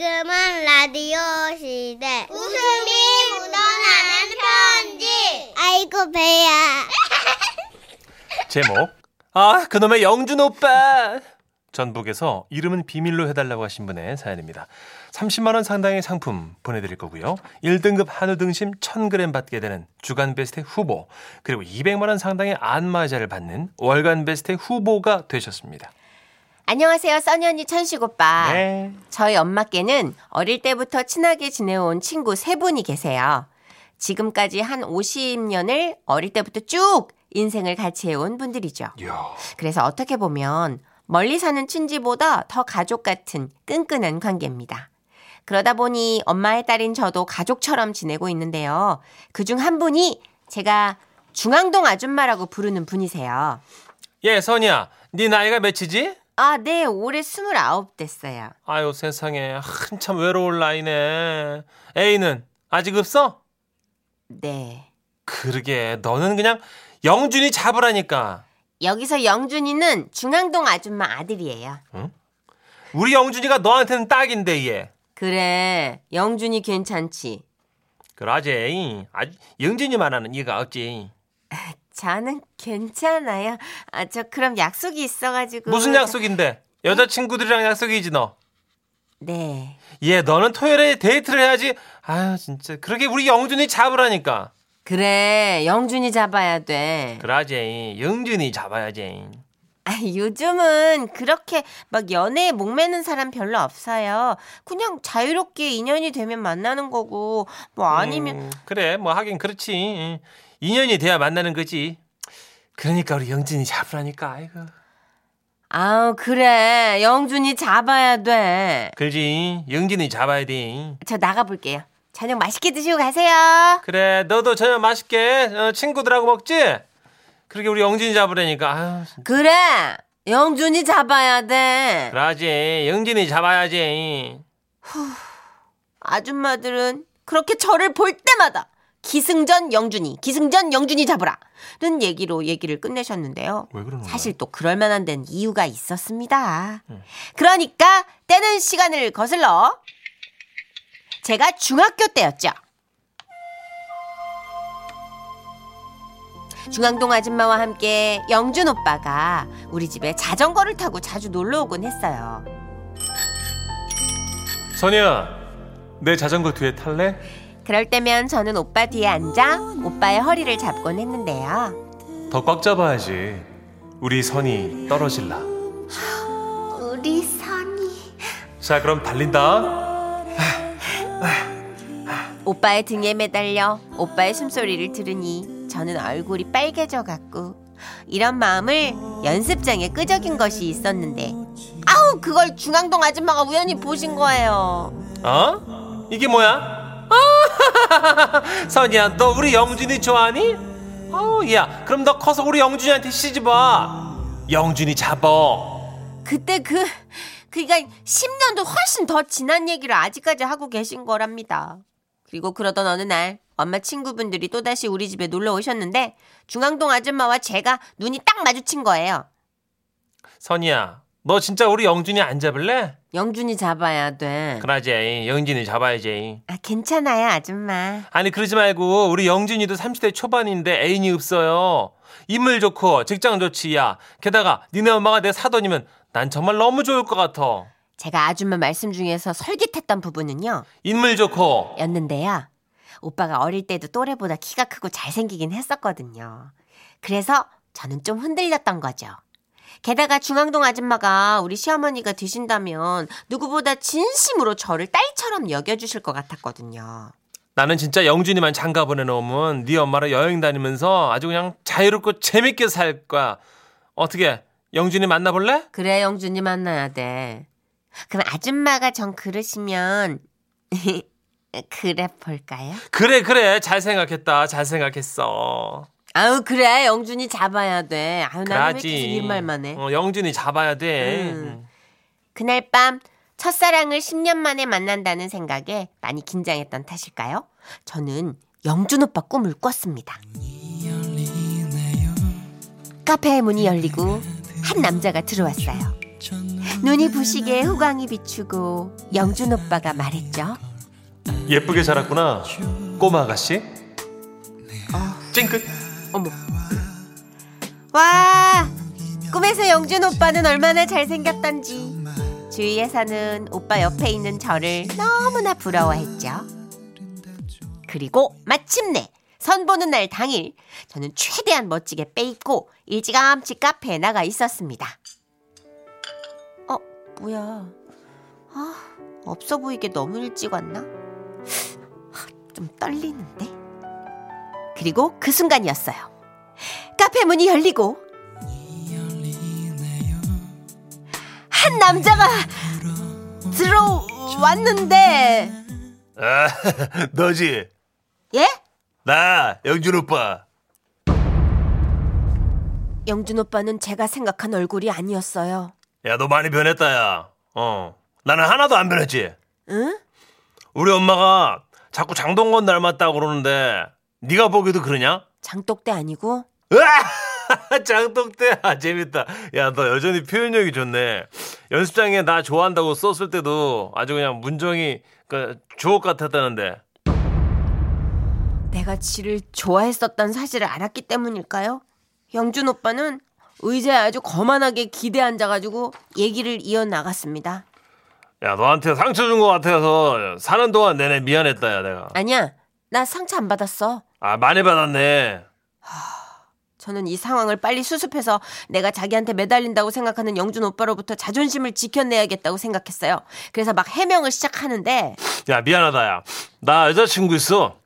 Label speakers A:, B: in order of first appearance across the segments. A: 지금은 라디오 시대.
B: 웃음이 묻어나는 편지.
A: 아이고, 배야.
C: 제목 아 그놈의 영준 오빠 전북에서 이름은 비밀로 해달라고 하신 분의 사연입니다 30만원 상당의 상품 보내드릴 거고요 1등급 한우 등심 1000g 받게 되는 주간베스트 후보 그리고 200만원 상당의 안마자를 받는 월간베스트 후보가 되셨습니다
D: 안녕하세요, 써니 언니 천식 오빠.
C: 네
D: 저희 엄마께는 어릴 때부터 친하게 지내온 친구 세 분이 계세요. 지금까지 한 50년을 어릴 때부터 쭉 인생을 같이 해온 분들이죠.
C: 이야,
D: 그래서 어떻게 보면 멀리 사는 친지보다 더 가족 같은 끈끈한 관계입니다. 그러다 보니 엄마의 딸인 저도 가족처럼 지내고 있는데요. 그중 한 분이 제가 중앙동 아줌마라고 부르는 분이세요.
C: 예 선이야 네 나이가 몇이지?
D: 아, 네, 올해 29 됐어요.
C: 아유 세상에 한참 외로울 나이네 A는 아직 없어?
D: 네.
C: 그러게 너는 그냥 영준이 잡으라니까
D: 여기서 영준이는 중앙동 아줌마 아들이에요.
C: 우리 영준이가 너한테는 딱인데 얘.
D: 그래, 영준이 괜찮지.
C: 그러지. 아, 영준이만 하는 이가 없지.
D: 저는 괜찮아요. 아, 저 그럼 약속이 있어가지고.
C: 무슨 약속인데? 여자친구들이랑 약속이지 너.
D: 네.
C: 얘 너는 토요일에 데이트를 해야지. 아유 진짜 그렇게 우리 영준이 잡으라니까.
D: 그래, 영준이 잡아야 돼.
C: 그러지. 영준이 잡아야지.
D: 아, 요즘은 그렇게 막 연애에 목매는 사람 별로 없어요. 그냥 자유롭게 인연이 되면 만나는 거고, 뭐 아니면.
C: 음, 그래 뭐 하긴 그렇지. 응. 인연이 돼야 만나는 거지. 그러니까 우리 영준이 잡으라니까. 아이고.
D: 아우, 그래. 영준이 잡아야 돼.
C: 그지. 영준이 잡아야 돼.
D: 저 나가볼게요. 저녁 맛있게 드시고 가세요.
C: 그래 너도 저녁 맛있게 어, 친구들하고 먹지? 그렇게 우리 영진이 잡으라니까 아유,
D: 그래 영준이 잡아야 돼
C: 그러지 영진이 잡아야지
D: 아줌마들은 그렇게 저를 볼 때마다 기승전 영준이 기승전 영준이 잡으라는 얘기로 얘기를 끝내셨는데요
C: 왜 그러는 거야?
D: 사실 또 그럴 만한 데는 이유가 있었습니다 그러니까 때는 시간을 거슬러 제가 중학교 때였죠 중앙동 아줌마와 함께 영준 오빠가 우리 집에 자전거를 타고 자주 놀러 오곤 했어요.
C: 선이야 내 자전거 뒤에 탈래?
D: 그럴 때면 저는 오빠 뒤에 앉아 오빠의 허리를 잡곤 했는데요.
C: 더 꽉 잡아야지 우리 선이 떨어질라
B: 우리 선이
C: 자 그럼 달린다
D: 오빠의 등에 매달려 오빠의 숨소리를 들으니 저는 얼굴이 빨개져 갖고 이런 마음을 연습장에 끄적인 것이 있었는데 아우 그걸 중앙동 아줌마가 우연히 보신 거예요.
C: 어? 이게 뭐야? 아, 선이야 너 우리 영준이 좋아하니? 어야 그럼 너 커서 우리 영준이한테 시집와 영준이 잡어
D: 그때 그 그러니까 10년도 훨씬 더 지난 얘기를 아직까지 하고 계신 거랍니다. 그리고 그러던 어느 날 엄마 친구분들이 또다시 우리 집에 놀러 오셨는데 중앙동 아줌마와 제가 눈이 딱 마주친 거예요.
C: 선이야 너 진짜 우리 영준이 안 잡을래?
D: 영준이 잡아야 돼.
C: 그러지 영진이 잡아야지
D: 아 괜찮아요 아줌마.
C: 아니 그러지 말고 우리 영진이도 30대 초반인데 애인이 없어요 인물 좋고 직장 좋지 야 게다가 니네 엄마가 내 사돈이면 난 정말 너무 좋을 것 같아
D: 제가 아줌마 말씀 중에서 설깃했던 부분은요.
C: 인물 좋고
D: 였는데요. 오빠가 어릴 때도 또래보다 키가 크고 잘생기긴 했었거든요. 그래서 저는 좀 흔들렸던 거죠. 게다가 중앙동 아줌마가 우리 시어머니가 되신다면 누구보다 진심으로 저를 딸처럼 여겨주실 것 같았거든요.
C: 나는 진짜 영준이만 장가 보내놓으면 네 엄마랑 여행 다니면서 아주 그냥 자유롭고 재밌게 살 거야 어떻게 영준이 만나볼래?
D: 그래, 영준이 만나야 돼. 그럼 아줌마가 전 그러시면, 그래 볼까요?
C: 그래 그래 잘 생각했다 잘 생각했어
D: 아우, 그래, 영준이 잡아야 돼. 아유, 나는 왜
C: 그러지.
D: 계속 이 말만 해.
C: 어, 영준이 잡아야 돼
D: 음. 그날 밤 첫사랑을 10년 만에 만난다는 생각에 많이 긴장했던 탓일까요? 저는 영준 오빠 꿈을 꿨습니다. 카페의 문이 열리고 한 남자가 들어왔어요. 눈이 부시게 후광이 비추고 영준 오빠가 말했죠.
C: 예쁘게 자랐구나. 꼬마 아가씨. 찡긋.
D: 어머. 와! 꿈에서 영준 오빠는 얼마나 잘생겼던지. 주위에 사는 오빠 옆에 있는 저를 너무나 부러워했죠. 그리고 마침내 선보는 날 당일 저는 최대한 멋지게 빼입고 일찌감치 카페에 나가 있었습니다. 어, 뭐야. 아, 없어 보이게 너무 일찍 왔나? 아, 좀 떨리는데. 그리고 그 순간이었어요. 카페 문이 열리고 한 남자가 들어왔는데
C: 아, 너지.
D: 예?
C: 나 영준 오빠.
D: 영준 오빠는 제가 생각한 얼굴이 아니었어요.
C: 야, 너 많이 변했다, 야. 어. 나는 하나도 안 변했지.
D: 응?
C: 우리 엄마가 자꾸 장동건 닮았다고 그러는데 네가 보기도 그러냐?
D: 장독대 아니고
C: 으아! 장독대 아 재밌다. 야 너 여전히 표현력이 좋네. 연습장에 나 좋아한다고 썼을 때도 아주 그냥 문정이 그 주옥 같았다는데.
D: 내가 지를 좋아했었던 사실을 알았기 때문일까요? 영준 오빠는 의자에 아주 거만하게 기대 앉아가지고 얘기를 이어나갔습니다.
C: 야 너한테 상처 준 것 같아서 사는 동안 내내 미안했다 야 내가.
D: 아니야, 나 상처 안 받았어.
C: 아 많이 받았네.
D: 저는 이 상황을 빨리 수습해서 내가 자기한테 매달린다고 생각하는 영준 오빠로부터 자존심을 지켜내야겠다고 생각했어요. 그래서 막 해명을 시작하는데
C: 야 미안하다 야. 나 여자친구 있어.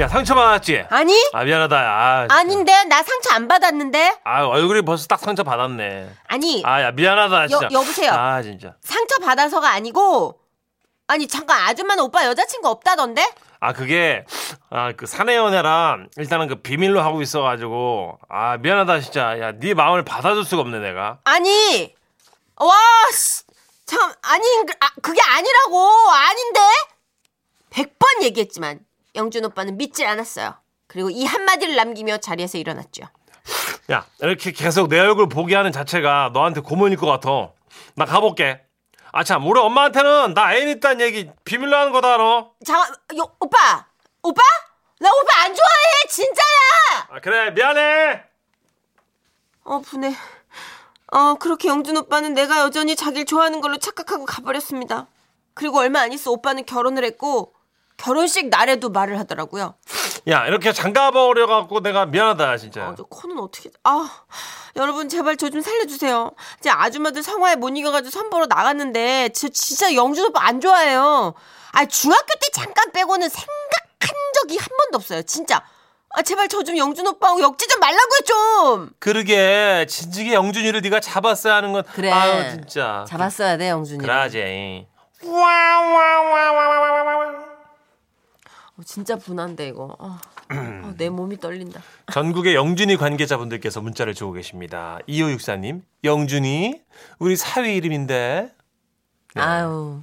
C: 야 상처 받았지?
D: 아니
C: 아 미안하다 야. 아, 진짜.
D: 아닌데 나 상처 안 받았는데
C: 아 얼굴이 벌써 딱 상처 받았네.
D: 아니
C: 아 야 미안하다 진짜.
D: 여보세요?
C: 아 진짜.
D: 상처 받아서가 아니고 아니 잠깐 아줌마는 오빠 여자친구 없다던데
C: 아 그게 아 그 사내 연애랑 일단은 그 비밀로 하고 있어가지고 아 미안하다 진짜 야 네 마음을 받아줄 수가 없네 내가
D: 아니 와참 아니 아, 그게 아니라고 아닌데 100번 얘기했지만 영준 오빠는 믿질 않았어요. 그리고 이 한마디를 남기며 자리에서 일어났죠.
C: 야 이렇게 계속 내 얼굴 보게 하는 자체가 너한테 고문일 것 같아 나 가볼게 아 참 우리 엄마한테는 나 애인 있다는 얘기 비밀로 하는 거다 너
D: 잠깐, 요, 오빠! 오빠? 나 오빠 안 좋아해! 진짜야!
C: 아, 그래 미안해
D: 어, 분해. 어, 그렇게 영준 오빠는 내가 여전히 자기를 좋아하는 걸로 착각하고 가버렸습니다. 그리고 얼마 안 있어 오빠는 결혼을 했고, 결혼식 날에도 말을 하더라고요.
C: 야 이렇게 장가버려갖고 내가 미안하다 진짜
D: 어, 저 코는 어떻게, 아, 여러분 제발 저 좀 살려주세요. 제 아줌마들 성화에 못 이겨가지고 선보러 나갔는데, 저 진짜 영준 오빠 안 좋아해요. 아, 중학교 때 잠깐 빼고는 생각한 적이 한 번도 없어요. 진짜. 아, 제발 저 좀 영준 오빠하고 역지 좀 말라고요, 좀!
C: 그러게 진지게 영준이를 네가 잡았어야 하는 건
D: 그래.
C: 아유 진짜
D: 잡았어야 돼 영준이.
C: 그라제 와와와와와와와
D: 어, 진짜 분한데 이거. 아, 아, 내
C: 음.
D: 몸이 떨린다.
C: 전국의 영준이 관계자분들께서 문자를 주고 계십니다. 2564님, 영준이 우리 사위 이름인데 네.
D: 아유.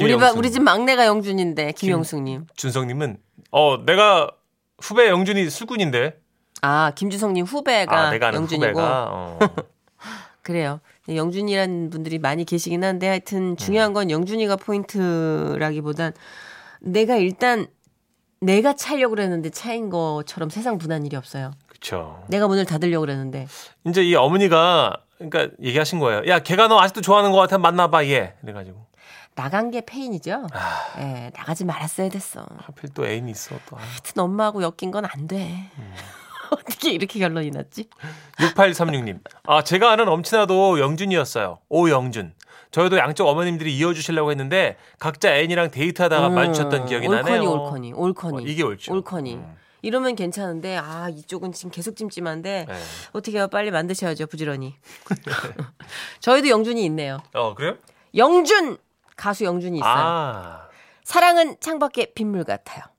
D: 우리
C: 김영숙.
D: 바, 우리 집 막내가 영준인데 김영숙님.
C: 준성님은 어 내가 후배 영준이 술꾼인데
D: 아 김주성님 후배가
C: 아 내가 아는
D: 영준이고.
C: 후배가 어.
D: 그래요. 네, 영준이라는 분들이 많이 계시긴 한데 하여튼
C: 네.
D: 중요한 건 영준이가 포인트라기보단 내가 일단 내가 차려고 그랬는데 차인 것처럼 세상 분한 일이 없어요.
C: 그쵸.
D: 내가 문을 닫으려고 그랬는데
C: 이제 이 어머니가 그러니까 얘기하신 거예요. 야 걔가 너 아직도 좋아하는 것 같아 만나봐 얘. 그래가지고
D: 나간 게 페인이죠.
C: 아.
D: 예, 나가지 말았어야 됐어.
C: 하필 또 애인이 있어 또. 아.
D: 하여튼 엄마하고 엮인 건 안 돼.
C: 음.
D: 어떻게 이렇게 결론이 났지?
C: 6836님. 아, 제가 아는 엄친아도 영준이었어요. 오영준. 저희도 양쪽 어머님들이 이어주시려고 했는데 각자 애인이랑 데이트하다가 아,
D: 음,
C: 마주쳤던 기억이 나네요.
D: 올커니, 올커니, 올커니.
C: 어, 이게 옳죠.
D: 올커니.
C: 음.
D: 이러면 괜찮은데 아 이쪽은 지금 계속 찜찜한데
C: 네.
D: 어떻게 해요? 빨리 만드셔야죠 부지런히. 저희도 영준이 있네요.
C: 어, 그래요?
D: 영준 가수 영준이 있어요.
C: 아.
D: 사랑은 창밖에 빗물 같아요.